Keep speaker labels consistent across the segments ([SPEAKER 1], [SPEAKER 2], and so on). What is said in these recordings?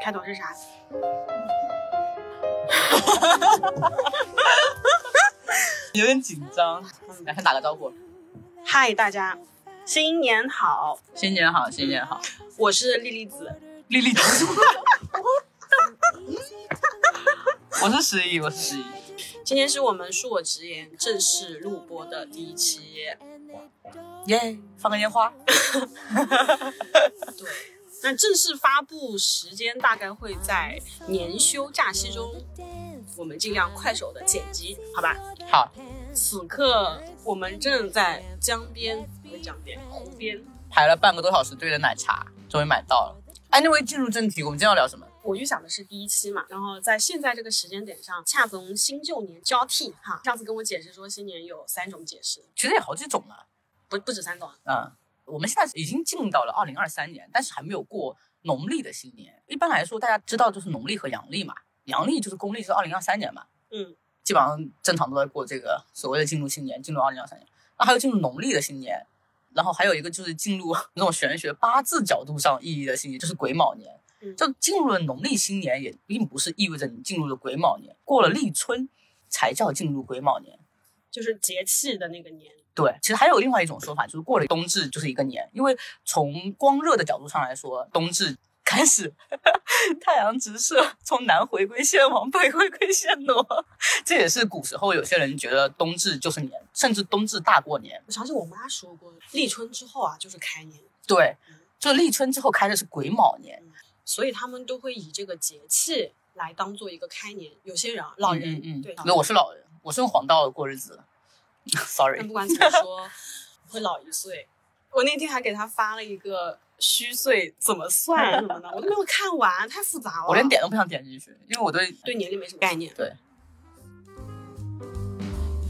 [SPEAKER 1] 开头是啥？
[SPEAKER 2] 有点紧张，嗯赶快打个招呼。
[SPEAKER 1] 嗨，大家，新年好，
[SPEAKER 2] 新年好，新年好，
[SPEAKER 1] 我是莉莉子。
[SPEAKER 2] 丽丽。 我是十一，我是十一。
[SPEAKER 1] 今天是我们恕我直言正式录播的第一期，
[SPEAKER 2] 耶，放个烟花。
[SPEAKER 1] 对，那正式发布时间大概会在年休假期中，我们尽量快手的剪辑，好吧？
[SPEAKER 2] 好，
[SPEAKER 1] 此刻我们正在江边，不是江边，湖边。
[SPEAKER 2] 排了半个多小时队的奶茶，终于买到了。Anyway，进入正题，我们今天要聊什么？
[SPEAKER 1] 我预想的是第一期嘛，然后在现在这个时间点上，恰逢新旧年交替哈。上次跟我解释说新年有三种解释，
[SPEAKER 2] 其实也好几种呢。
[SPEAKER 1] 不不止三种啊，
[SPEAKER 2] 嗯，我们现在已经进到了二零二三年，但是还没有过农历的新年。一般来说，大家知道就是农历和阳历嘛，阳历就是公历是二零二三年嘛，
[SPEAKER 1] 嗯，
[SPEAKER 2] 基本上正常都在过这个所谓的进入新年，进入二零二三年。那还有进入农历的新年，然后还有一个就是进入 那种玄学八字角度上意义的新年，就是癸卯年
[SPEAKER 1] 嗯。
[SPEAKER 2] 就进入了农历新年，也并不是意味着你进入了癸卯年，过了立春才叫进入癸卯年。
[SPEAKER 1] 就是节气的那个年。
[SPEAKER 2] 对，其实还有另外一种说法，就是过了冬至就是一个年，因为从光热的角度上来说，冬至 开始太阳直射，从南回归线往北回归线挪，这也是古时候有些人觉得冬至就是年，甚至冬至大过年。
[SPEAKER 1] 我想起我妈说过，立春之后啊就是开年，
[SPEAKER 2] 对，就立春之后开的是癸卯年，
[SPEAKER 1] 所以他们都会以这个节气来当做一个开年。有些人啊老人，
[SPEAKER 2] 嗯嗯，
[SPEAKER 1] 对，
[SPEAKER 2] 那、我是老人，我是用黄道过日子的 ，sorry
[SPEAKER 1] 但。不管怎么说，会老一岁。我那天还给他发了一个虚岁怎么算什么的，我都没有看完，太复杂了。
[SPEAKER 2] 我连点都不想点进去，因为我对
[SPEAKER 1] 对年龄没什么概念。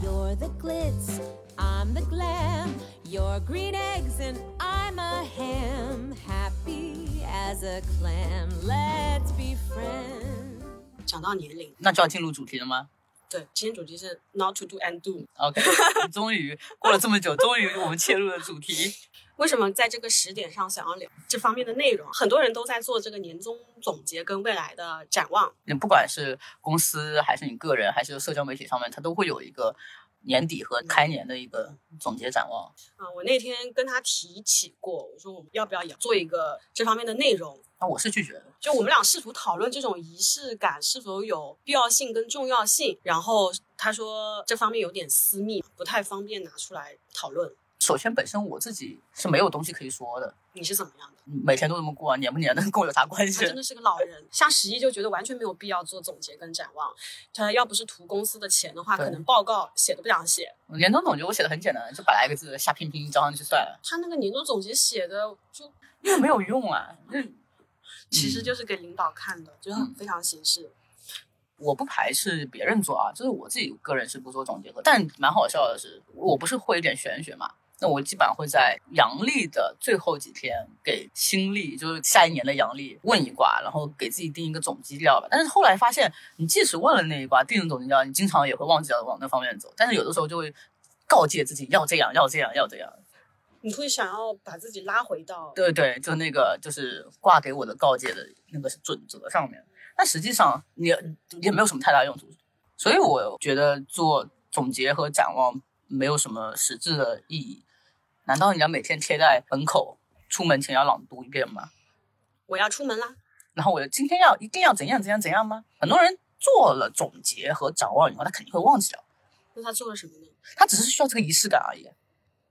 [SPEAKER 3] You're the glitz, I'm the glam. You're green eggs and I'm a ham. Happy as a clam. Let's be friends.
[SPEAKER 1] 讲到年龄，
[SPEAKER 2] 那就要进入主题了吗
[SPEAKER 1] 对，今天主题是 not to do and do。
[SPEAKER 2] ？OK，终于过了这么久，终于我们切入了主题。
[SPEAKER 1] 为什么在这个时点上想要聊这方面的内容？很多人都在做这个年终总结跟未来的展望。
[SPEAKER 2] 你不管是公司还是你个人，还是社交媒体上面，它都会有一个年底和开年的一个总结展望。
[SPEAKER 1] 啊、我那天跟他提起过，我说我们要不要也做一个这方面的内容？
[SPEAKER 2] 那我是拒绝的，
[SPEAKER 1] 就我们俩试图讨论这种仪式感是否有必要性跟重要性。然后他说这方面有点私密，不太方便拿出来讨论。
[SPEAKER 2] 首先本身我自己是没有东西可以说的，嗯
[SPEAKER 1] 你是怎么样的？
[SPEAKER 2] 每天都这么过，啊年不年的 跟我有啥关
[SPEAKER 1] 他
[SPEAKER 2] 系
[SPEAKER 1] 啊真？的是个老人，像十一就觉得完全没有必要做总结跟展望。他要不是图公司的钱的话，
[SPEAKER 2] 对
[SPEAKER 1] 可能报告写都不想写。
[SPEAKER 2] 年终总结我写的很简单，就把来个字瞎拼拼交上去算了，
[SPEAKER 1] 他那个年终总结写的就
[SPEAKER 2] 因为没有用啊。嗯
[SPEAKER 1] 其实就是给领导看的，就是很非常形式。
[SPEAKER 2] 我不排斥别人做啊，就是我自己个人是不做总结的。但蛮好笑的是，我不是会一点玄学嘛？那我基本上会在阳历的最后几天给新历，就是下一年的阳历问一卦，然后给自己定一个总基调吧。但是后来发现，你即使问了那一卦，定了总基调，你经常也会忘记要往那方面走。但是有的时候就会告诫自己要这样，要这样，要这样。
[SPEAKER 1] 你会想要把自己拉回到
[SPEAKER 2] 对对，就那个就是挂给我的告诫的那个准则上面。但实际上也也没有什么太大用处，所以我觉得做总结和展望没有什么实质的意义。难道你要每天贴在门口，出门前要朗读一遍吗？
[SPEAKER 1] 我要出门啦，
[SPEAKER 2] 然后我今天要一定要怎样怎样怎样吗？很多人做了总结和展望以后，他肯定会忘记掉，
[SPEAKER 1] 那他做了什么呢？
[SPEAKER 2] 他只是需要这个仪式感而已。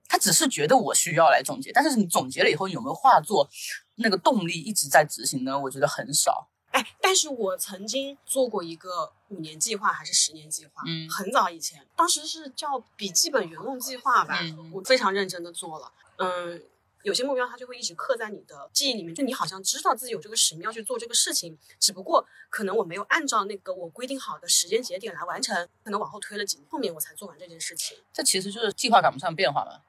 [SPEAKER 2] 他只是觉得我需要来总结，但是你总结了以后，你有没有化作那个动力一直在执行呢？我觉得很少。
[SPEAKER 1] 哎，但是我曾经做过一个五年计划还是十年计划，
[SPEAKER 2] 嗯
[SPEAKER 1] 很早以前，当时是叫笔记本圆梦计划吧，
[SPEAKER 2] 嗯
[SPEAKER 1] 我非常认真的做了，嗯。有些目标它就会一直刻在你的记忆里面，就你好像知道自己有这个使命要去做这个事情，只不过可能我没有按照那个我规定好的时间节点来完成，可能往后推了几年，后面我才做完这件事情。
[SPEAKER 2] 这其实就是计划赶不上变化嘛。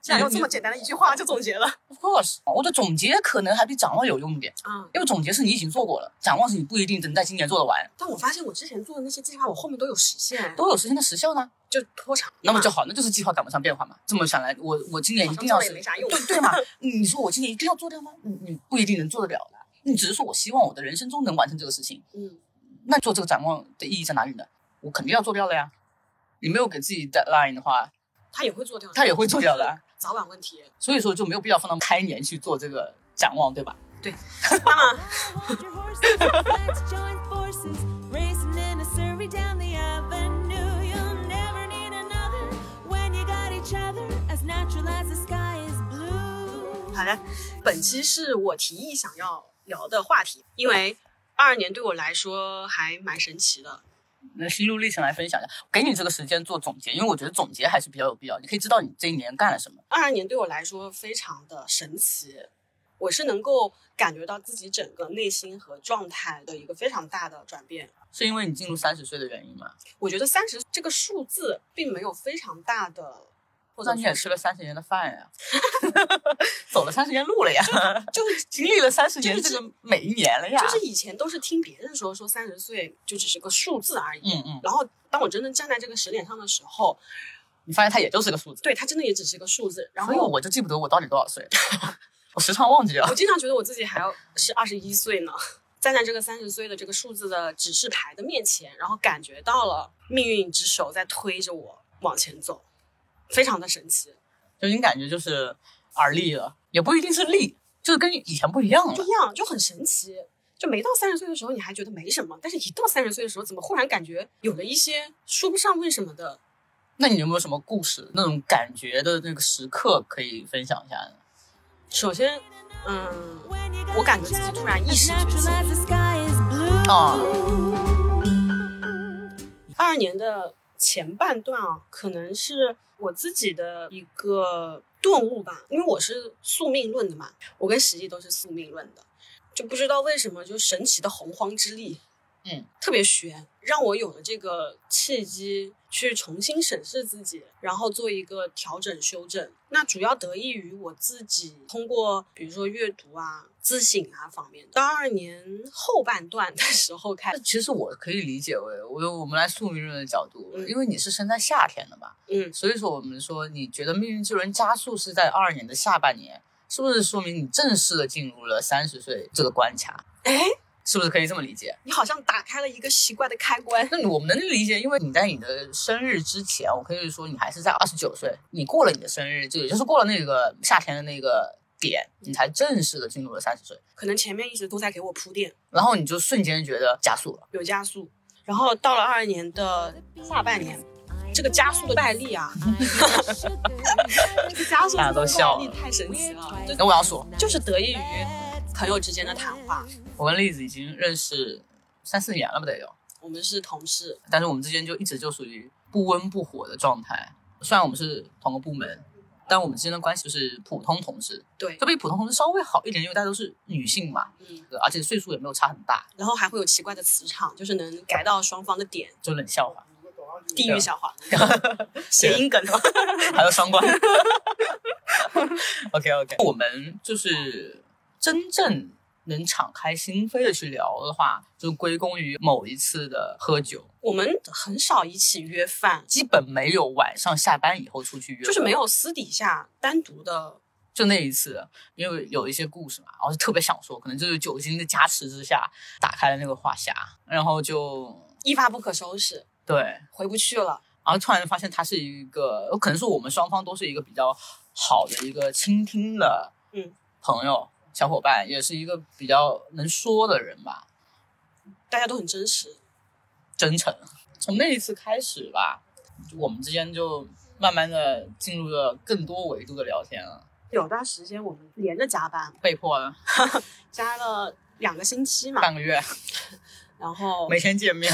[SPEAKER 1] 竟然用这么简单的一句话就总结了，
[SPEAKER 2] Of course，我的总结可能还比展望有用一点，
[SPEAKER 1] 嗯，
[SPEAKER 2] 因为总结是你已经做过了，展望是你不一定能在今年做得完，
[SPEAKER 1] 但我发现我之前做的那些计划，我后面都有实现，
[SPEAKER 2] 都有时间的时效呢。
[SPEAKER 1] 就拖长了嘛，
[SPEAKER 2] 那么就好，那就是计划赶不上变化嘛。这么想来，我我今年
[SPEAKER 1] 好
[SPEAKER 2] 一
[SPEAKER 1] 像
[SPEAKER 2] 定
[SPEAKER 1] 做
[SPEAKER 2] 要
[SPEAKER 1] 了也
[SPEAKER 2] 是啊
[SPEAKER 1] 没啥用，
[SPEAKER 2] 对对嘛？你说我今年一定要做掉吗？你你不一定能做得了的。你只是说我希望我的人生中能完成这个事情，
[SPEAKER 1] 嗯，
[SPEAKER 2] 那做这个展望的意义在哪里呢？我肯定要做掉了呀。你没有给自己 deadline 的话，
[SPEAKER 1] 他也会做掉的，
[SPEAKER 2] 他也会做掉的啊，
[SPEAKER 1] 早晚问题。
[SPEAKER 2] 所以说就没有必要放到开年去做这个展望，对吧？
[SPEAKER 1] 那么
[SPEAKER 3] Now hold your horses, let's join forces. Racing in a surrey down the avenue. You'll never need another when you got each other. As natural as the sky is blue.
[SPEAKER 1] 好的，本期是我提议想要聊的话题，因为二二年对我来说还蛮神奇的。
[SPEAKER 2] 那心路历程来分享一下，给你这个时间做总结，因为我觉得总结还是比较有必要。你可以知道你这一年干了什么。
[SPEAKER 1] 二二年对我来说非常的神奇，我是能够感觉到自己整个内心和状态的一个非常大的转变。
[SPEAKER 2] 是因为你进入三十岁的原因吗？
[SPEAKER 1] 我觉得三十这个数字并没有非常大的，
[SPEAKER 2] 我
[SPEAKER 1] 或
[SPEAKER 2] 说
[SPEAKER 1] 者
[SPEAKER 2] 你
[SPEAKER 1] 说
[SPEAKER 2] 也吃了三十年的饭呀， 走了三十年路了呀，
[SPEAKER 1] 就
[SPEAKER 2] 经历了三十年
[SPEAKER 1] 就是
[SPEAKER 2] 这个每一年了呀。
[SPEAKER 1] 就是以前都是听别人说说三十岁就只是个数字而已。
[SPEAKER 2] 嗯嗯，
[SPEAKER 1] 然后当我真正站在这个时点上的时候，
[SPEAKER 2] 你发现它也就是个数字。
[SPEAKER 1] 对它真的也只是个数字。然
[SPEAKER 2] 所
[SPEAKER 1] 后
[SPEAKER 2] 以哎我就记不得我到底多少岁了， 我时常忘记啊了
[SPEAKER 1] 我。经常觉得我自己还要是二十一岁呢，站在这个三十岁的这个数字的指示牌的面前，然后感觉到了命运之手在推着我往前走，非常的神奇，
[SPEAKER 2] 就你感觉就是而立了，也不一定是立，就是跟以前不一样
[SPEAKER 1] 不
[SPEAKER 2] 了
[SPEAKER 1] 一。样，就很神奇。就没到三十岁的时候，你还觉得没什么，但是一到三十岁的时候，怎么忽然感觉有了一些说不上为什么的？
[SPEAKER 2] 那你有没有什么故事，那种感觉的那个时刻可以分享一下呢？
[SPEAKER 1] 首先，嗯，
[SPEAKER 3] As natural as the sky is blue.
[SPEAKER 1] 二二年的前半段啊，可能是我自己的一个顿悟吧，因为我是宿命论的嘛，我跟实际都是宿命论的，就不知道为什么就神奇的洪荒之力，
[SPEAKER 2] 嗯，
[SPEAKER 1] 特别悬，让我有了这个契机去重新审视自己，然后做一个调整修正。那主要得益于我自己通过比如说阅读啊、自省啊方面的。到二年后半段的时候开
[SPEAKER 2] 那，其实我可以理解为，我用我们来宿命论的角度，
[SPEAKER 1] 嗯
[SPEAKER 2] 因为你是生在夏天的嘛，
[SPEAKER 1] 嗯，
[SPEAKER 2] 所以说我们说你觉得命运之轮加速是在二二年的下半年，是不是说明你正式的进入了三十岁这个关卡？
[SPEAKER 1] 哎。
[SPEAKER 2] 是不是可以这么理解？
[SPEAKER 1] 你好像打开了一个奇怪的开关。
[SPEAKER 2] 那我们能理解，因为你在你的生日之前，我可以说你还是在二十九岁，你过了你的生日，就也就是过了那个夏天的那个点，你才正式的进入了三十岁，
[SPEAKER 1] 可能前面一直都在给我铺垫，
[SPEAKER 2] 然后你就瞬间觉得加速了。
[SPEAKER 1] 有加速。然后到了二二年的下半年，这个加速的外力啊， 这个加速
[SPEAKER 2] 大家都笑了
[SPEAKER 1] 的外力太神奇了，就
[SPEAKER 2] 那我要说，
[SPEAKER 1] 就是得益于朋友之间的谈话。
[SPEAKER 2] 我跟栗子已经认识三四年了吧得有，
[SPEAKER 1] 我们是同事，
[SPEAKER 2] 但是我们之间就一直就属于不温不火的状态。虽然我们是同个部门，但我们之间的关系就是普通同事，
[SPEAKER 1] 对
[SPEAKER 2] 就，比普通同事稍微好一点，因为大家都是女性嘛，
[SPEAKER 1] 嗯，
[SPEAKER 2] 而且岁数也没有差很大，
[SPEAKER 1] 然后还会有奇怪的磁场，就是能改到双方的点，
[SPEAKER 2] 就冷笑话，
[SPEAKER 1] 地
[SPEAKER 2] 啊
[SPEAKER 1] 域笑话， 谐音梗。
[SPEAKER 2] 还有双关。OK OK，我们就是真正能敞开心扉的去聊的话，就归功于某一次的喝酒，
[SPEAKER 1] 我们很少一起约饭，
[SPEAKER 2] 基本没有晚上下班以后出去约，
[SPEAKER 1] 就是没，有私底下单独的
[SPEAKER 2] 就那一次，因为有一些故事嘛，然后就特别想说，可能就是酒精的加持之下打开了那个话匣，然后就
[SPEAKER 1] 一发不可收拾，
[SPEAKER 2] 对。
[SPEAKER 1] 回不去了。
[SPEAKER 2] 然后突然发现他是一个，可能是我们双方都是一个比较好的一个倾听的，
[SPEAKER 1] 嗯，
[SPEAKER 2] 朋友、小伙伴，也是一个比较能说的人吧，
[SPEAKER 1] 大家都很真实，
[SPEAKER 2] 真诚。从那一次开始吧，就我们之间就慢慢的进入了更多维度的聊天了，
[SPEAKER 1] 有段时间我们连着加班，
[SPEAKER 2] 被迫了
[SPEAKER 1] 加了两个星期嘛，
[SPEAKER 2] 半个月
[SPEAKER 1] 然后
[SPEAKER 2] 每天见面，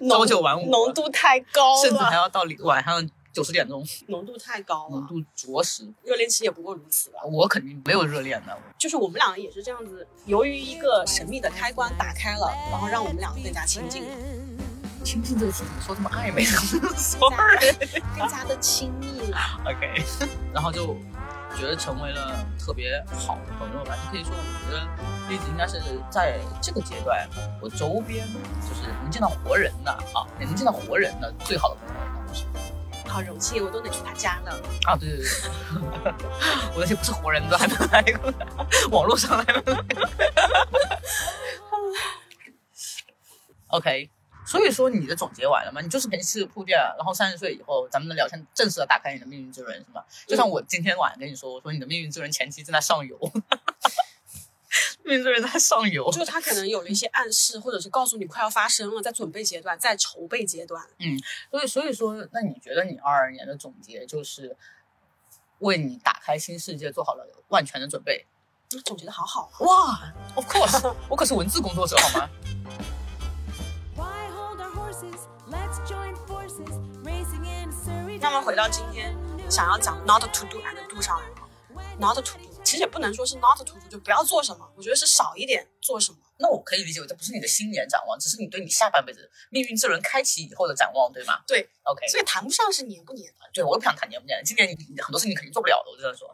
[SPEAKER 1] 浓
[SPEAKER 2] 朝九晚五
[SPEAKER 1] 浓度太高
[SPEAKER 2] 甚至还
[SPEAKER 1] 了，
[SPEAKER 2] 要到晚上九十点钟，
[SPEAKER 1] 浓度太高
[SPEAKER 2] 浓
[SPEAKER 1] 了，
[SPEAKER 2] 度着实，
[SPEAKER 1] 热恋期也不过如此吧。
[SPEAKER 2] 我肯定没有热恋的，
[SPEAKER 1] 就是我们两个也是这样子，由于一个神秘的开关打开了，然后让我们两个更加亲近 了，
[SPEAKER 2] 亲近这个词怎么说这么暧昧呢 ？Sorry
[SPEAKER 1] 更。加更加的亲密了。
[SPEAKER 2] OK，然后就觉得成为了特别好的朋友吧。就可以说，我觉得栗子应该是在这个阶段，我周边就是能见到活人的啊，能见到活人的最好的朋友应该是
[SPEAKER 1] 好荣幸，我都能去他家了。
[SPEAKER 2] 啊，对对对， 我那些不是活人的还没来过，网络上来的。 OK，所以说你的总结完了吗？你就是前期的铺垫，然后三十岁以后，咱们的聊天正式的打开你的命运之轮，是吗？就像我今天晚上跟你说，我说你的命运之轮前期正在上游， 命运之轮在上游，
[SPEAKER 1] 就是他可能有了一些暗示，或者是告诉你快要发生了，在准备阶段，在筹备阶段。
[SPEAKER 2] 所以所以说，那你觉得你二二年的总结就是为你打开新世界做好了万全的准备？
[SPEAKER 1] 嗯总结的好好啊，
[SPEAKER 2] 哇，Of course，我可是文字工作者好吗？
[SPEAKER 3] Why hold our horses? Let's join forces. Racing in Surrey.
[SPEAKER 1] 那么回到今天想要讲 not to do and do 上来，not to do 其实也不能说是 not to do，就不要做什么，我觉得是少一点做什么。
[SPEAKER 2] 那我可以理解为这不是你的新年展望，只是你对你下半辈子命运之轮开启以后的展望，对吗？
[SPEAKER 1] 对
[SPEAKER 2] ，OK，啊
[SPEAKER 1] 所以谈不上是黏不黏的，
[SPEAKER 2] 对我也不想谈年不年，今年你你很多事情肯定做不了的，我真的说，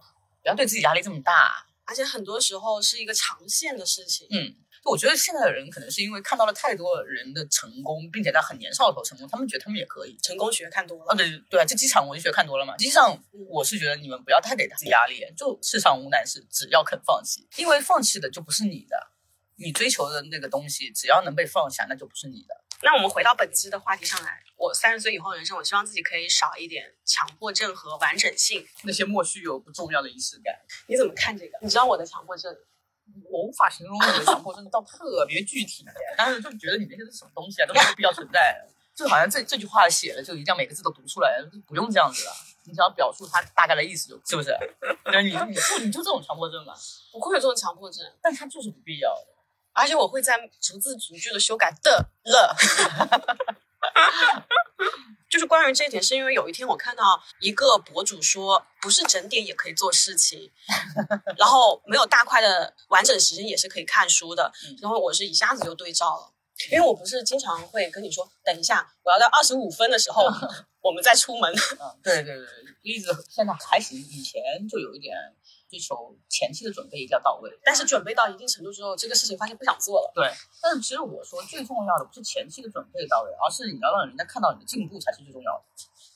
[SPEAKER 2] 不要对自己压力这么大。
[SPEAKER 1] 而且很多时候是一个长线的事情。
[SPEAKER 2] 嗯，就我觉得现在的人可能是因为看到了太多人的成功，并且在很年少的时候成功，他们觉得他们也可以。
[SPEAKER 1] 成功学看多
[SPEAKER 2] 啊，
[SPEAKER 1] 了，
[SPEAKER 2] 对对啊，这机场我就学看多了嘛。实际上，我是觉得你们不要太给自己压力，就世上无难事，只要肯放弃，因为放弃的就不是你的，你追求的那个东西，只要能被放下，那就不是你的。
[SPEAKER 1] 那我们回到本期的话题上来，我三十岁以后的人生，我希望自己可以少一点强迫症和完整性。
[SPEAKER 2] 那些莫须有不重要的仪式感，
[SPEAKER 1] 你怎么看这个？你知道我的强迫症，
[SPEAKER 2] 我无法形容你的强迫症到特别具体，但是就觉得你那些是什么东西啊，都没有必要存在的。就好像这这句话写了，就一定要每个字都读出来，不用这样子了。你只要表述它大概的意思就，是不是？对，你你就你就这种强迫症嘛，
[SPEAKER 1] 我会有这种强迫症，
[SPEAKER 2] 但它就是不必要的。
[SPEAKER 1] 而且我会在逐字逐句的修改的了。 就是关于这一点，是因为有一天我看到一个博主说，不是整点也可以做事情，然后没有大块的完整时间也是可以看书的
[SPEAKER 2] 嗯。
[SPEAKER 1] 然后我是一下子就对照了，因为我不是经常会跟你说，等一下，我要到二十五分的时候我们再出门。
[SPEAKER 2] 嗯，对对对，一直现在还行，以前就有一点追求前期的准备一定要到位。
[SPEAKER 1] 但是准备到一定程度之后，这个事情发现不想做了。
[SPEAKER 2] 对，但是其实我说最重要的不是前期的准备到位，而是你要让人家看到你的进步才是最重要的，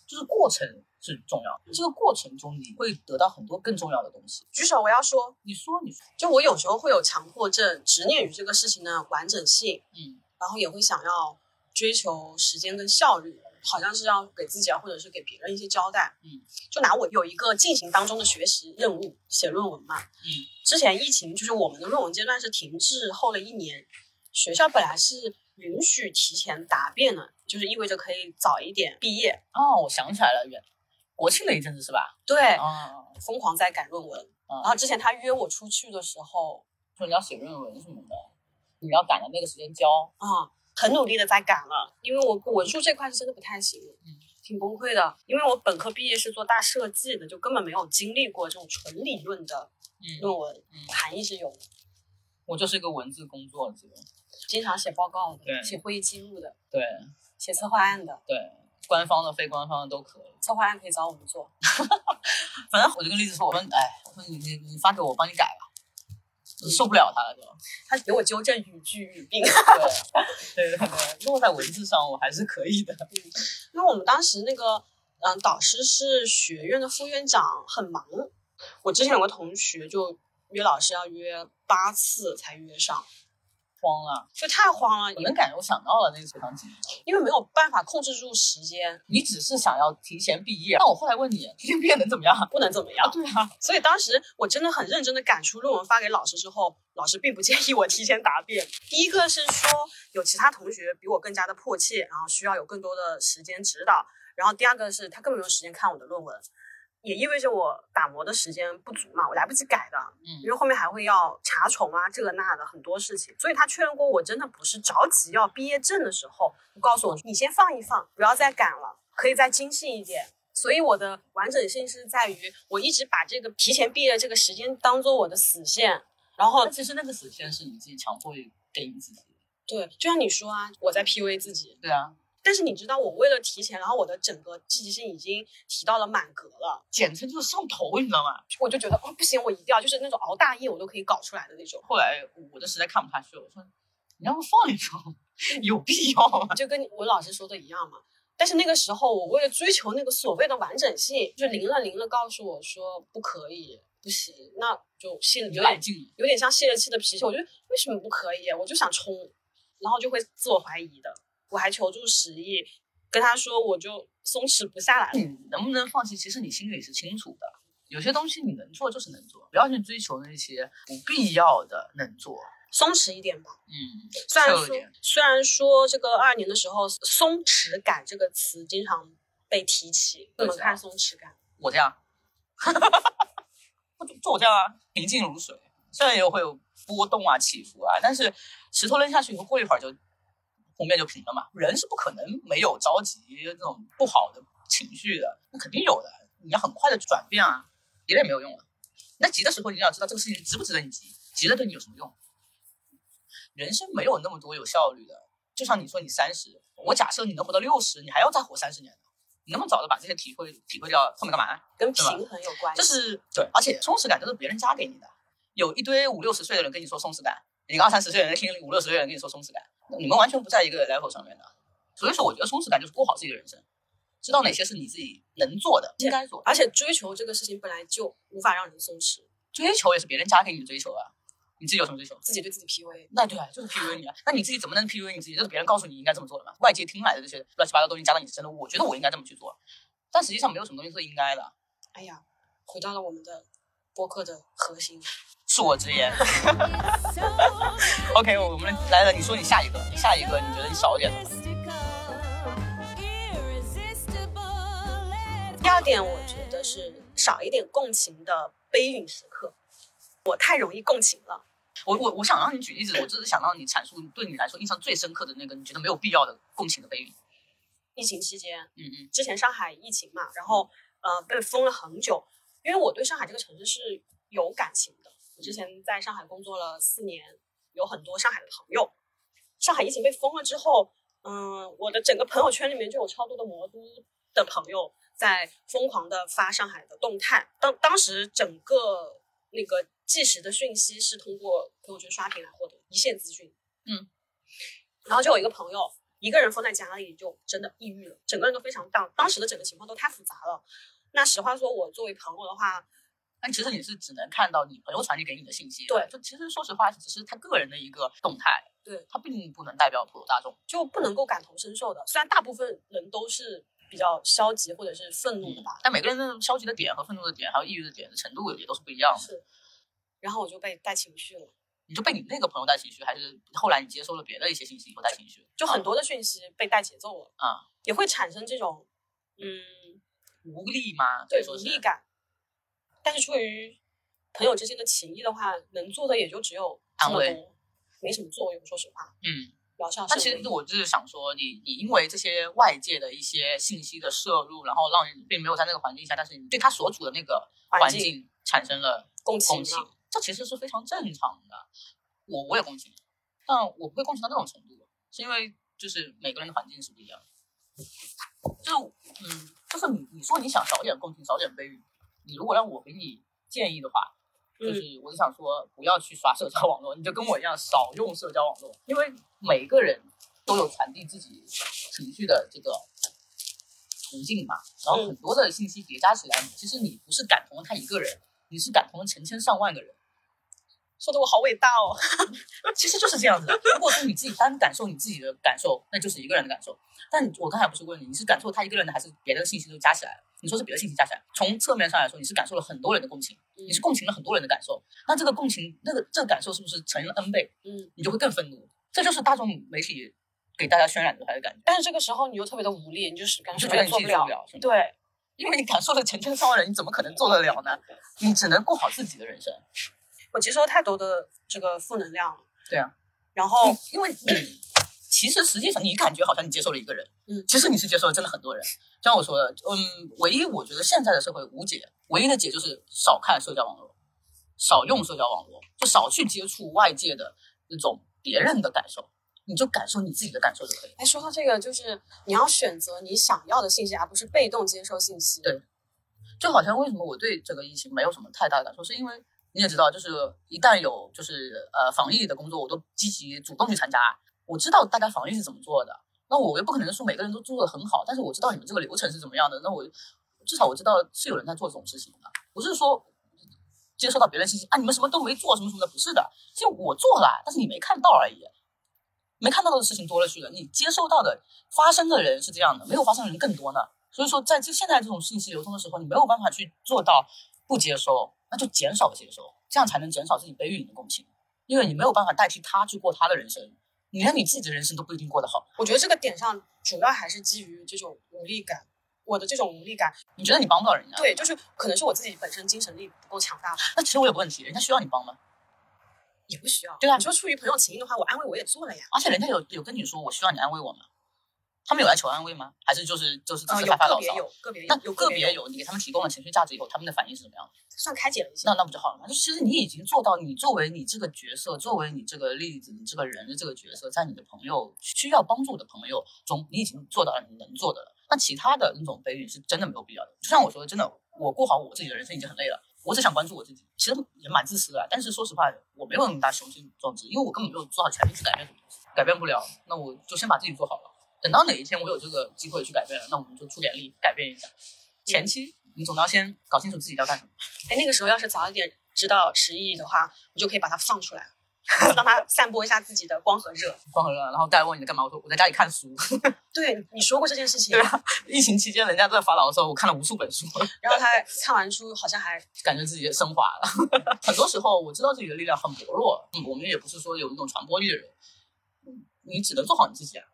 [SPEAKER 2] 就是过程是重要的。这个过程中你会得到很多更重要的东西。
[SPEAKER 1] 举手，我要说，
[SPEAKER 2] 你说，你说，
[SPEAKER 1] 就我有时候会有强迫症，执念于这个事情的完整性。
[SPEAKER 2] 嗯，
[SPEAKER 1] 然后也会想要追求时间跟效率，好像是要给自己啊，或者是给别人一些交代。
[SPEAKER 2] 嗯，
[SPEAKER 1] 就拿我有一个进行当中的学习任务，写论文嘛。
[SPEAKER 2] 嗯，
[SPEAKER 1] 之前疫情就是我们的论文阶段是停滞后了一年，学校本来是允许提前答辩的，就是意味着可以早一点毕业。
[SPEAKER 2] 哦，我想起来了，原国庆那一阵子是吧？
[SPEAKER 1] 对，
[SPEAKER 2] 啊、
[SPEAKER 1] 疯狂在赶论文。
[SPEAKER 2] 啊
[SPEAKER 1] 然后之前他约我出去的时候，
[SPEAKER 2] 说你要写论文什么的，你要赶着那个时间交。
[SPEAKER 1] 啊、很努力的在赶了，因为我文书这块是真的不太行，
[SPEAKER 2] 嗯
[SPEAKER 1] 挺崩溃的。因为我本科毕业是做大设计的，就根本没有经历过这种纯理论的
[SPEAKER 2] 嗯，
[SPEAKER 1] 论文，
[SPEAKER 2] 嗯
[SPEAKER 1] 含义是有的，
[SPEAKER 2] 我就是一个文字工作者。
[SPEAKER 1] 经常写报告的，
[SPEAKER 2] 对
[SPEAKER 1] 写会议记录的，
[SPEAKER 2] 对
[SPEAKER 1] 写策划案的，
[SPEAKER 2] 对，官方的、非官方的都可以。
[SPEAKER 1] 策划案可以找我们做。
[SPEAKER 2] 反正我就跟栗子说，我说，哎，我说你你你发给我，我帮你改吧。我受不了他了就。
[SPEAKER 1] 他给我纠正语句语病，
[SPEAKER 2] 对对对对，落在文字上我还是可以的。
[SPEAKER 1] 因为我们当时那个嗯、导师是学院的副院长，很忙。我之前有个同学就约老师要约八次才约上，
[SPEAKER 2] 慌了，
[SPEAKER 1] 就太慌了，
[SPEAKER 2] 我
[SPEAKER 1] 因为
[SPEAKER 2] 能感觉，我想到了那个场景。
[SPEAKER 1] 因为没有办法控制住时间，
[SPEAKER 2] 你只是想要提前毕业，那我后来问你，提前毕业能怎么样？
[SPEAKER 1] 不能怎么样。
[SPEAKER 2] 对啊，
[SPEAKER 1] 所以当时我真的很认真的赶出论文发给老师之后，老师并不建议我提前答辩。第一个是说有其他同学比我更加的迫切，然后需要有更多的时间指导。然后第二个是他根本没有时间看我的论文，也意味着我打磨的时间不足嘛，我来不及改的，因
[SPEAKER 2] 嗯，
[SPEAKER 1] 为后面还会要查重啊这个那的很多事情。所以他确认过我真的不是着急要毕业证的时候，告诉我你先放一放，不要再赶了，可以再精细一点。所以我的完整性是在于，我一直把这个提前毕业这个时间当做我的死线，然后
[SPEAKER 2] 但其实那个时间是你自己强迫给你自己的。
[SPEAKER 1] 对，就像你说啊，我在 PUA 自己。
[SPEAKER 2] 对啊，
[SPEAKER 1] 但是你知道，我为了提前，然后我的整个积极性已经提到了满格了，
[SPEAKER 2] 简直就是上头，你知道吗？
[SPEAKER 1] 我就觉得哦不行，我一定要就是那种熬大夜我都可以搞出来的那种，
[SPEAKER 2] 后来我就实在看不下去了，我说你要不放一放，有必要吗？
[SPEAKER 1] 就跟我老师说的一样嘛。但是那个时候，我为了追求那个所谓的完整性，就灵了灵了，告诉我说不可以，不行，那就信了
[SPEAKER 2] 你
[SPEAKER 1] 有
[SPEAKER 2] 就来
[SPEAKER 1] 点
[SPEAKER 2] 劲，
[SPEAKER 1] 啊有点像泄了气的脾气，我觉得为什么不可以？我就想冲，然后就会自我怀疑的。我还求助十亿，跟他说我就松弛不下来了。
[SPEAKER 2] 你能不能放弃，其实你心里是清楚的。有些东西你能做就是能做，不要去追求那些不必要的能做。
[SPEAKER 1] 松弛一点吧。
[SPEAKER 2] 嗯，
[SPEAKER 1] 虽然
[SPEAKER 2] 瘦一
[SPEAKER 1] 说
[SPEAKER 2] 点
[SPEAKER 1] 虽然说这个二二年的时候，松弛感这个词经常被提起，
[SPEAKER 2] 为
[SPEAKER 1] 怎
[SPEAKER 2] 啥
[SPEAKER 1] 么看松弛感？
[SPEAKER 2] 我这样， 就就我这样啊，平静如水。虽然也会有波动啊、起伏啊，但是石头扔下去以后，过一会儿就湖面就平了嘛。人是不可能没有着急这种不好的情绪的，那肯定有的。你要很快的转变啊，急了也没有用了。那急的时候，你要知道这个事情值不值得你急，急了对你有什么用？人生没有那么多有效率的。就像你说你三十，我假设你能活到六十，你还要再活三十年呢。你那么早的把这些体会体会掉，后面干嘛？
[SPEAKER 1] 跟
[SPEAKER 2] 对吧
[SPEAKER 1] 平衡有关系。
[SPEAKER 2] 就是对，而且松弛感都是别人加给你的。有一堆五六十岁的人跟你说松弛感，一个二三十岁的人听五六十岁的人跟你说松弛感，你们完全不在一个 level 上面的。所以说，我觉得松弛感就是过好自己的人生，知道哪些是你自己能做的、应该做的，
[SPEAKER 1] 而且追求这个事情本来就无法让人松弛，
[SPEAKER 2] 追求也是别人加给你的追求啊。你自己有什么追求？
[SPEAKER 1] 自己对自己 PUA。
[SPEAKER 2] 那对啊，就是 PUA 你啊。那你自己怎么能 PUA 你自己？就是别人告诉你应该这么做的嘛。外界听来的这些乱七八糟东西加到你身上，我觉得我应该这么去做，但实际上没有什么东西是应该的。
[SPEAKER 1] 哎呀，回到了我们的播客的核心，
[SPEAKER 2] 恕我直言
[SPEAKER 3] It's so
[SPEAKER 2] ，OK，我们来了，你说你下一个，你下一个你觉得你少一点什么？
[SPEAKER 1] 第二点我觉得是少一点共情的悲悯时刻，我太容易共情了。
[SPEAKER 2] 我我我想让你举例子，我只是想让你阐述对你来说印象最深刻的那个你觉得没有必要的共情的悲悯。
[SPEAKER 1] 疫情期间，
[SPEAKER 2] 嗯嗯
[SPEAKER 1] 之前上海疫情嘛，然后呃被封了很久，因为我对上海这个城市是有感情的。我
[SPEAKER 2] 嗯
[SPEAKER 1] 之前在上海工作了四年，有很多上海的朋友。上海疫情被封了之后，嗯、我的整个朋友圈里面就有超多的魔都的朋友在疯狂的发上海的动态。当当时整个那个即时的讯息是通过朋友圈刷屏来获得一线资讯。
[SPEAKER 2] 嗯，
[SPEAKER 1] 然后就有一个朋友一个人封在家里，就真的抑郁了，整个人都非常 down。当时的整个情况都太复杂了。那实话说，我作为朋友的话，
[SPEAKER 2] 但其实你是只能看到你朋友传递给你的信息。
[SPEAKER 1] 对
[SPEAKER 2] 就其实说实话，只是他个人的一个动态，
[SPEAKER 1] 对，
[SPEAKER 2] 他并不能代表普罗大众。
[SPEAKER 1] 就不能够感同身受的。虽然大部分人都是比较消极或者是愤怒的吧，
[SPEAKER 2] 但每个人的消极的点和愤怒的点，还有抑郁的点的程度嗯也都是不一样的。
[SPEAKER 1] 是。然后我就被带情绪了，
[SPEAKER 2] 你就被你那个朋友带情绪，还是后来你接收了别的一些信息以后带情绪？
[SPEAKER 1] 就很多的讯息被带节奏了，
[SPEAKER 2] 嗯啊，
[SPEAKER 1] 也会产生这种，嗯，
[SPEAKER 2] 无力吗？
[SPEAKER 1] 对
[SPEAKER 2] 可以
[SPEAKER 1] 无
[SPEAKER 2] 说是
[SPEAKER 1] 力。感。但是出于朋友之间的情谊的话，能做的也就只有这么
[SPEAKER 2] 安慰
[SPEAKER 1] 多，没什么作用。说实话，
[SPEAKER 2] 嗯。
[SPEAKER 1] 疗效
[SPEAKER 2] 那
[SPEAKER 1] 甚
[SPEAKER 2] 其
[SPEAKER 1] 微
[SPEAKER 2] 实我就是想说你，你因为这些外界的一些信息的摄入，然后让你并没有在那个环境下，但是你对他所处的那个环
[SPEAKER 1] 环境
[SPEAKER 2] 境产生了
[SPEAKER 1] 共情啊嗯
[SPEAKER 2] 共
[SPEAKER 1] 嘛
[SPEAKER 2] 情，这其实是非常正常的。我我也共情，但我不会共情到那种程度，是因为就是每个人的环境是不一样的。就嗯，就是你你说你想少点共情，少点悲悯，你如果让我给你建议的话，
[SPEAKER 1] 嗯
[SPEAKER 2] 就是我是想说，不要去刷社交网络，你就跟我一样少用社交网络，因为每个人都有传递自己情绪的这个途径嘛。
[SPEAKER 1] 嗯
[SPEAKER 2] 然后很多的信息叠加起来，其实你不是感同了他一个人，你是感同了成千上万个人。
[SPEAKER 1] 说的我好伟大哦。
[SPEAKER 2] 其实就是这样子的。 如果说你自己单感受你自己的感受，那就是一个人的感受。但我刚才不是问你，你是感受他一个人的，还是别的信息都加起来了？你说是别的信息加起来，从侧面上来说，你是感受了很多人的共情，你是共情了很多人的感受。那这个共情，那个这个感受是不是乘了 n 倍？
[SPEAKER 1] 嗯，
[SPEAKER 2] 你就会更愤怒。这就是大众媒体给大家渲染出来的感觉，
[SPEAKER 1] 但是这个时候你又特别的无力，你就是感
[SPEAKER 2] 你
[SPEAKER 1] 觉
[SPEAKER 2] 就
[SPEAKER 1] 什么
[SPEAKER 2] 觉得
[SPEAKER 1] 也
[SPEAKER 2] 你自
[SPEAKER 1] 做
[SPEAKER 2] 己
[SPEAKER 1] 不
[SPEAKER 2] 做
[SPEAKER 1] 了
[SPEAKER 2] 不。了，是吗？
[SPEAKER 1] 对，
[SPEAKER 2] 因为你感受了成千上万人，你怎么可能做得了呢？你只能过好自己的人生。
[SPEAKER 1] 我接收太多的这个负能量了。
[SPEAKER 2] 对啊，
[SPEAKER 1] 然后
[SPEAKER 2] 因为你其实实际上你感觉好像你接受了一个人，
[SPEAKER 1] 嗯
[SPEAKER 2] 其实你是接受了真的很多人。就像我说的，嗯，唯一我觉得现在的社会无解，唯一的解就是少看社交网络，少用社交网络，就少去接触外界的那种别人的感受，你就感受你自己的感受就可以了。
[SPEAKER 1] 哎，说到这个，就是你要选择你想要的信息，而不是被动接受信息。
[SPEAKER 2] 对就好像为什么我对这个疫情没有什么太大的感受，是因为你也知道，就是一旦有就是呃防疫的工作，我都积极主动去参加。我知道大家防疫是怎么做的，那我又不可能说每个人都做的很好，但是我知道你们这个流程是怎么样的，那我至少我知道是有人在做这种事情的，不是说接收到别人信息啊，你们什么都没做，什么什么的，不是的，就我做了，但是你没看到而已。没看到的事情多了去了，你接收到的发生的人是这样的，没有发生的人更多呢。所以说，在这现在这种信息流通的时候，你没有办法去做到不接收，那就减少接收，这样才能减少自己被运营的共情，因为你没有办法代替他去过他的人生，你连你自己的人生都不一定过得好。
[SPEAKER 1] 我觉得这个点上，主要还是基于这种无力感，我的这种无力感，
[SPEAKER 2] 你觉得你帮不到人家？
[SPEAKER 1] 对，就是可能是我自己本身精神力不够强大吧，
[SPEAKER 2] 那其实我有个问题，人家需要你帮吗？
[SPEAKER 1] 也不需要。
[SPEAKER 2] 对啊
[SPEAKER 1] 你说出于朋友情谊的话，我安慰我也做了呀。
[SPEAKER 2] 而且人家有有跟你说我需要你安慰我吗？他们有来求安慰吗？还是就是就是只
[SPEAKER 1] 嗯，
[SPEAKER 2] 是
[SPEAKER 1] 有
[SPEAKER 2] 发发
[SPEAKER 1] 个
[SPEAKER 2] 牢
[SPEAKER 1] 别
[SPEAKER 2] 骚？
[SPEAKER 1] 有，个别
[SPEAKER 2] 那
[SPEAKER 1] 有，有
[SPEAKER 2] 个
[SPEAKER 1] 别
[SPEAKER 2] 别，有你给他们提供了情绪价值以后，他们的反应是怎么样的？
[SPEAKER 1] 算开解了一些
[SPEAKER 2] 那。那不就好了吗？就其实你已经做到，你作为你这个角色，作为你这个例子，你这个人的这个角色，在你的朋友需要帮助的朋友中，你已经做到了你能做的了。那其他的那种悲剧是真的没有必要的。就像我说的，真的，我过好我自己的人生已经很累了，我只想关注我自己。其实也蛮自私的啊，但是说实话，我没有那么大雄心壮志，因为我根本没有做好全力去改变什么东西，改变不了，那我就先把自己做好了。等到哪一天我有这个机会去改变了，那我们就出点力改变一下。前期你总要先搞清楚自己要干什么。
[SPEAKER 1] 哎，那个时候要是早一点知道十亿的话，我就可以把它放出来，让它散播一下自己的光和热。
[SPEAKER 2] 光和热，然后大家问你在干嘛，我说我在家里看书。
[SPEAKER 1] 对，你说过这件事情
[SPEAKER 2] 对，啊，疫情期间人家都在发牢骚，我看了无数本书，
[SPEAKER 1] 然后他看完书好像还
[SPEAKER 2] 感觉自己升华了。 很多时候我知道自己的力量很薄弱，嗯，我们也不是说有那种传播力的人，嗯你只能做好你自己啊，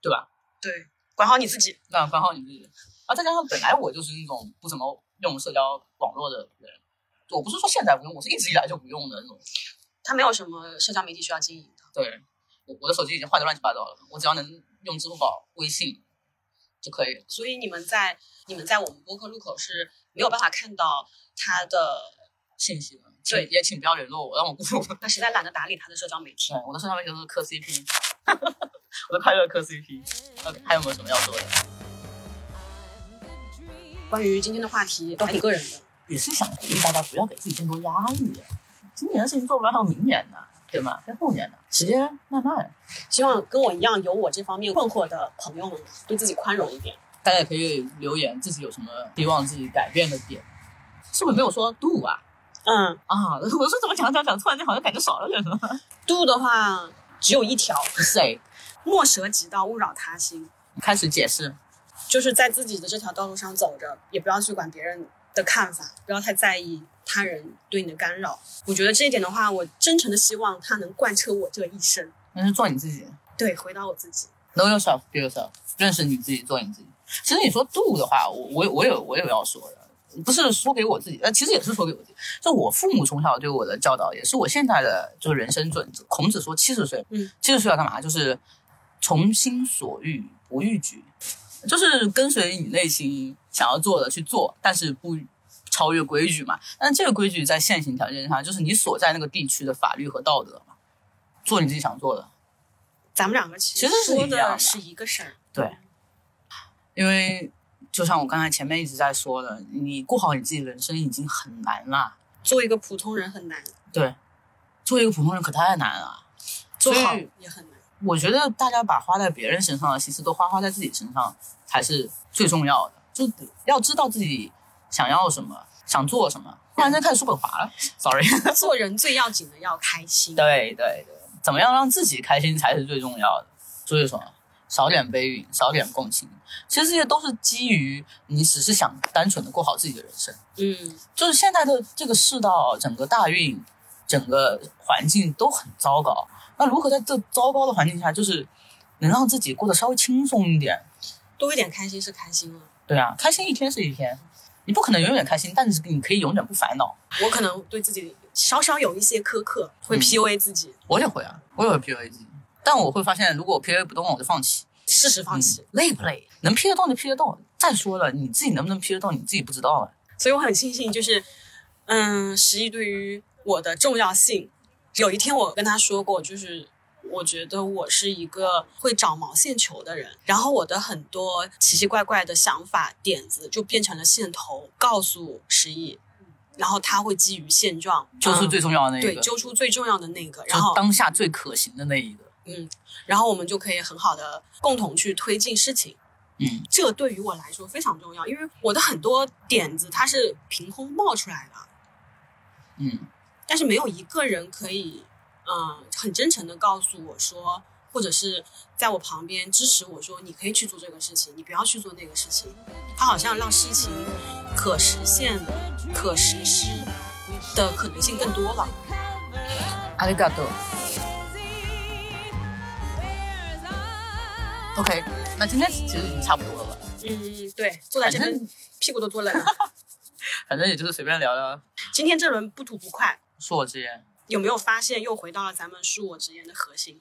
[SPEAKER 2] 对吧？
[SPEAKER 1] 对管好你自己。
[SPEAKER 2] 那管好你自己。啊，再加上本来我就是那种不怎么用社交网络的人，我不是说现在不用，我是一直以来就不用的那种。
[SPEAKER 1] 他没有什么社交媒体需要经营的。
[SPEAKER 2] 对，我我的手机已经坏的乱七八糟了，我只要能用支付宝、微信就可以了。
[SPEAKER 1] 所以你们在你们在我们播客入口是没有办法看到他的，
[SPEAKER 2] 信息了。
[SPEAKER 1] 对
[SPEAKER 2] 对，也请不要联络我，让 我辜负。
[SPEAKER 1] 他实在懒得打理他的社交媒体。
[SPEAKER 2] 对，我的社交媒体都是磕 CP，我的快乐磕 CP。OK，还有没有什么要说的？
[SPEAKER 1] 关于今天的话题，都还挺个人的。
[SPEAKER 2] 也是想鼓励大家不要给自己更多压力。今年的事情做不了，还有明年呢，对吗？还有后年呢，时间慢慢。
[SPEAKER 1] 希望跟我一样有我这方面困惑的朋友们，对自己宽容一点。
[SPEAKER 2] 大家也可以留言自己有什么希望自己改变的点，是不是没有说 do 啊？
[SPEAKER 1] 嗯
[SPEAKER 2] 啊， 我说怎么讲讲讲，突然间好像感觉少了点什么。
[SPEAKER 1] ，do 的话只有一条，
[SPEAKER 2] 谁
[SPEAKER 1] 莫舍己道，勿扰他心。
[SPEAKER 2] 开始解释？
[SPEAKER 1] 就是在自己的这条道路上走着，也不要去管别人的看法，不要太在意他人对你的干扰。我觉得这一点的话，我真诚的希望他能贯彻我这一生。
[SPEAKER 2] 那就做你自己。
[SPEAKER 1] 对，回到我自己，
[SPEAKER 2] Know yourself, be yourself，认识你自己，做你自己。其实你说度的话，我我有我有我有要说的，不是说给我自己，呃，其实也是说给我自己。就我父母从小对我的教导，也是我现在的就是人生准则。孔子说七十岁，
[SPEAKER 1] 嗯，
[SPEAKER 2] 七十岁要干嘛？就是从心所欲不逾矩，就是跟随你内心想要做的去做，但是不超越规矩嘛。但这个规矩在现行条件下，就是你所在那个地区的法律和道德嘛，做你自己想做的。
[SPEAKER 1] 咱们两个其
[SPEAKER 2] 其实是
[SPEAKER 1] 说
[SPEAKER 2] 一样
[SPEAKER 1] 的
[SPEAKER 2] 的
[SPEAKER 1] 是一个事儿。
[SPEAKER 2] 对，因为就像我刚才前面一直在说的，你过好你自己人生已经很难了，
[SPEAKER 1] 做一个普通人很难，
[SPEAKER 2] 对，作为一个普通人可太难了。
[SPEAKER 1] 做好
[SPEAKER 2] 所以
[SPEAKER 1] 也很难。
[SPEAKER 2] 我觉得大家把花在别人身上的心思都花花在自己身上才是最重要的，就要知道自己想要什么，想做什么，不然就开始叔本华了。Sorry，
[SPEAKER 1] 做人最要紧的要开心。
[SPEAKER 2] 对对对，怎么样让自己开心才是最重要的。所以说，少点悲悯，少点共情，其实这些都是基于你只是想单纯的过好自己的人生。
[SPEAKER 1] 嗯，
[SPEAKER 2] 就是现在的这个世道，整个大运，整个环境都很糟糕。那如何在这糟糕的环境下，就是能让自己过得稍微轻松一点？
[SPEAKER 1] 多一点开心是开心了。
[SPEAKER 2] 对啊，开心一天是一天，你不可能永远开心，但是你可以永远不烦恼。
[SPEAKER 1] 我可能对自己稍稍有一些苛刻，会
[SPEAKER 2] 嗯
[SPEAKER 1] PUA 自己，
[SPEAKER 2] 我也会啊，我也会 PUA 自己，但我会发现，如果我 PUA 不动，我就放弃。
[SPEAKER 1] 适时放弃。
[SPEAKER 2] 累不累？能 P 得动就 P 得动。再说了，你自己能不能 P 得动，你自己不知道啊。
[SPEAKER 1] 所以我很庆幸，就是，嗯，十一对于我的重要性，有一天我跟他说过，就是我觉得我是一个会找毛线球的人，然后我的很多奇奇怪怪的想法点子就变成了线头，告诉十一，然后他会基于现状
[SPEAKER 2] 揪出最重要的那
[SPEAKER 1] 嗯
[SPEAKER 2] 一个，
[SPEAKER 1] 对揪出最重要的那个，
[SPEAKER 2] 就
[SPEAKER 1] 然
[SPEAKER 2] 是
[SPEAKER 1] 后
[SPEAKER 2] 当下最可行的那一个。
[SPEAKER 1] 嗯，然后我们就可以很好的共同去推进事情。
[SPEAKER 2] 嗯，
[SPEAKER 1] 这对于我来说非常重要，因为我的很多点子它是凭空冒出来的，
[SPEAKER 2] 嗯，
[SPEAKER 1] 呃但是没有一个人可以，嗯、很真诚的告诉我说或者是在我旁边支持我说你可以去做这个事情，你不要去做那个事情。他好像让事情可实现、可实施的可能性更多吧。
[SPEAKER 2] 阿里嘎多。OK，那今天其实已经差不多了吧？
[SPEAKER 1] 嗯，对，坐在这
[SPEAKER 2] 反
[SPEAKER 1] 边屁股都坐冷了。
[SPEAKER 2] 反正也就是随便聊聊。
[SPEAKER 1] 今天这轮不吐不快，
[SPEAKER 2] 恕我直言，
[SPEAKER 1] 有没有发现又回到了咱们恕我直言的核心，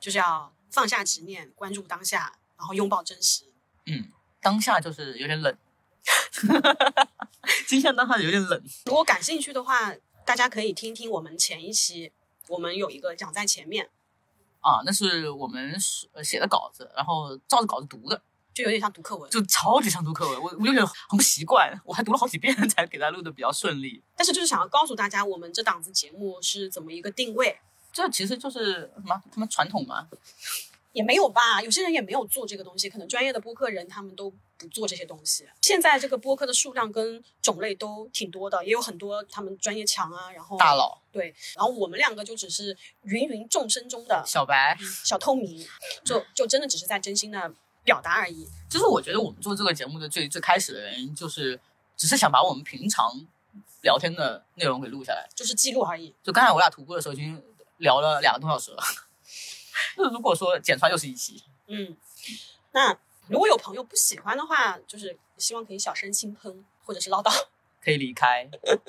[SPEAKER 1] 就是要放下执念，关注当下，然后拥抱真实。
[SPEAKER 2] 嗯，当下就是有点冷。 今天当下有点冷。
[SPEAKER 1] 如果感兴趣的话，大家可以听听我们前一期，我们有一个讲在前面，
[SPEAKER 2] 啊，那是我们是呃写的稿子，然后照着稿子读的，
[SPEAKER 1] 就有点像读课文，
[SPEAKER 2] 就超级像读课文，我我有点很不习惯，我还读了好几遍才给它录的比较顺利。
[SPEAKER 1] 但是就是想要告诉大家，我们这档子节目是怎么一个定位，
[SPEAKER 2] 这其实就是什么？他们传统嘛，
[SPEAKER 1] 也没有吧，有些人也没有做这个东西，可能专业的播客人他们都不做这些东西。现在这个播客的数量跟种类都挺多的，也有很多他们专业强啊，然后
[SPEAKER 2] 大佬、
[SPEAKER 1] 对，然后我们两个就只是芸芸众生中的
[SPEAKER 2] 小白，
[SPEAKER 1] 小透明，就就真的只是在真心的表达而已。
[SPEAKER 2] 就是我觉得我们做这个节目的最最开始的原因，就是只是想把我们平常聊天的内容给录下来。
[SPEAKER 1] 就是记录而已。
[SPEAKER 2] 就刚才我俩徒步的时候，已经聊了两个多小时了。 就是如果说剪出来又是一期，
[SPEAKER 1] 嗯，那如果有朋友不喜欢的话，就是希望可以小声轻喷或者是唠叨。
[SPEAKER 2] 可以离开，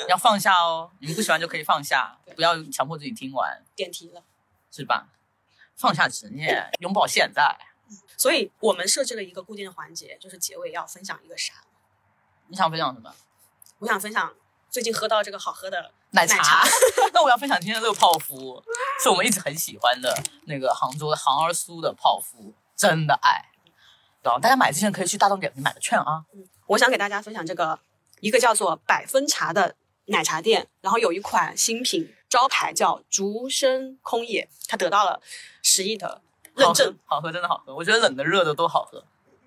[SPEAKER 2] 要放下哦。你们不喜欢就可以放下，不要强迫自己听完。
[SPEAKER 1] 点题了，
[SPEAKER 2] 是吧？放下执念，拥抱现在。
[SPEAKER 1] 所以我们设置了一个固定的环节，就是结尾要分享一个啥。
[SPEAKER 2] 你想分享什么？
[SPEAKER 1] 我想分享最近喝到这个好喝的
[SPEAKER 2] 奶
[SPEAKER 1] 茶，
[SPEAKER 2] 茶。 那我要分享今天的这个泡芙，是我们一直很喜欢的那个杭州的杭儿酥的泡芙，真的爱。然后大家买之前可以去大众点评买个券啊。
[SPEAKER 1] 我想给大家分享这个一个叫做百分茶的奶茶店，然后有一款新品招牌叫竹生空野，它得到了十亿的认证，
[SPEAKER 2] 好喝，好喝真的好喝。我觉得冷的热的都好喝。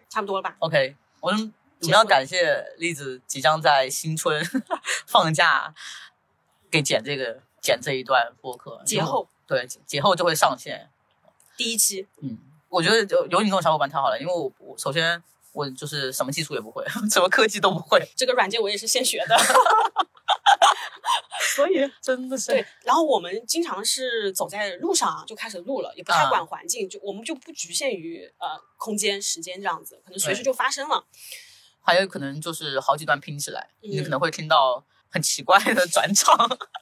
[SPEAKER 1] 差不多了吧？
[SPEAKER 2] OK，我们我们要感谢栗子即将在新春 放假给剪这个剪这一段播客，
[SPEAKER 1] 节后
[SPEAKER 2] 对节节后就会上线。
[SPEAKER 1] 第一期，
[SPEAKER 2] 嗯，我觉得有有你这种小伙伴太好了，因为我我首先我就是什么技术也不会， 什么科技都不会，
[SPEAKER 1] 这个软件我也是现学的。
[SPEAKER 2] 所以真的是
[SPEAKER 1] 对，然后我们经常是走在路上啊就开始录了，也不太
[SPEAKER 2] 啊
[SPEAKER 1] 管环境，就我们就不局限于呃空间、时间这样子，可能随时
[SPEAKER 2] 对
[SPEAKER 1] 就发生了。
[SPEAKER 2] 还有可能就是好几段拼起来，
[SPEAKER 1] 嗯
[SPEAKER 2] 你可能会听到很奇怪的转场。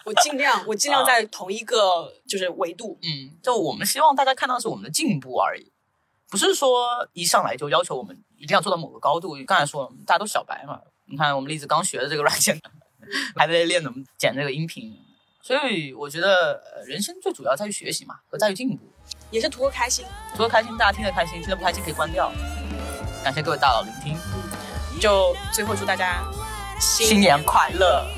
[SPEAKER 1] 我尽 量，我尽量在同一个就是维度，
[SPEAKER 2] 嗯，就我们希望大家看到是我们的进步而已，不是说一上来就要求我们一定要做到某个高度。刚才说了，大家都小白嘛，你看我们栗子刚学的这个软件，还在练怎么剪这个音频，所以我觉得呃人生最主要在于学习嘛，和在于进步。
[SPEAKER 1] 也是图个开心。
[SPEAKER 2] 除了开心，大家听得开心，听得不开心可以关掉。感谢各位大佬聆听，
[SPEAKER 1] 就最后祝大家
[SPEAKER 2] 新年快乐！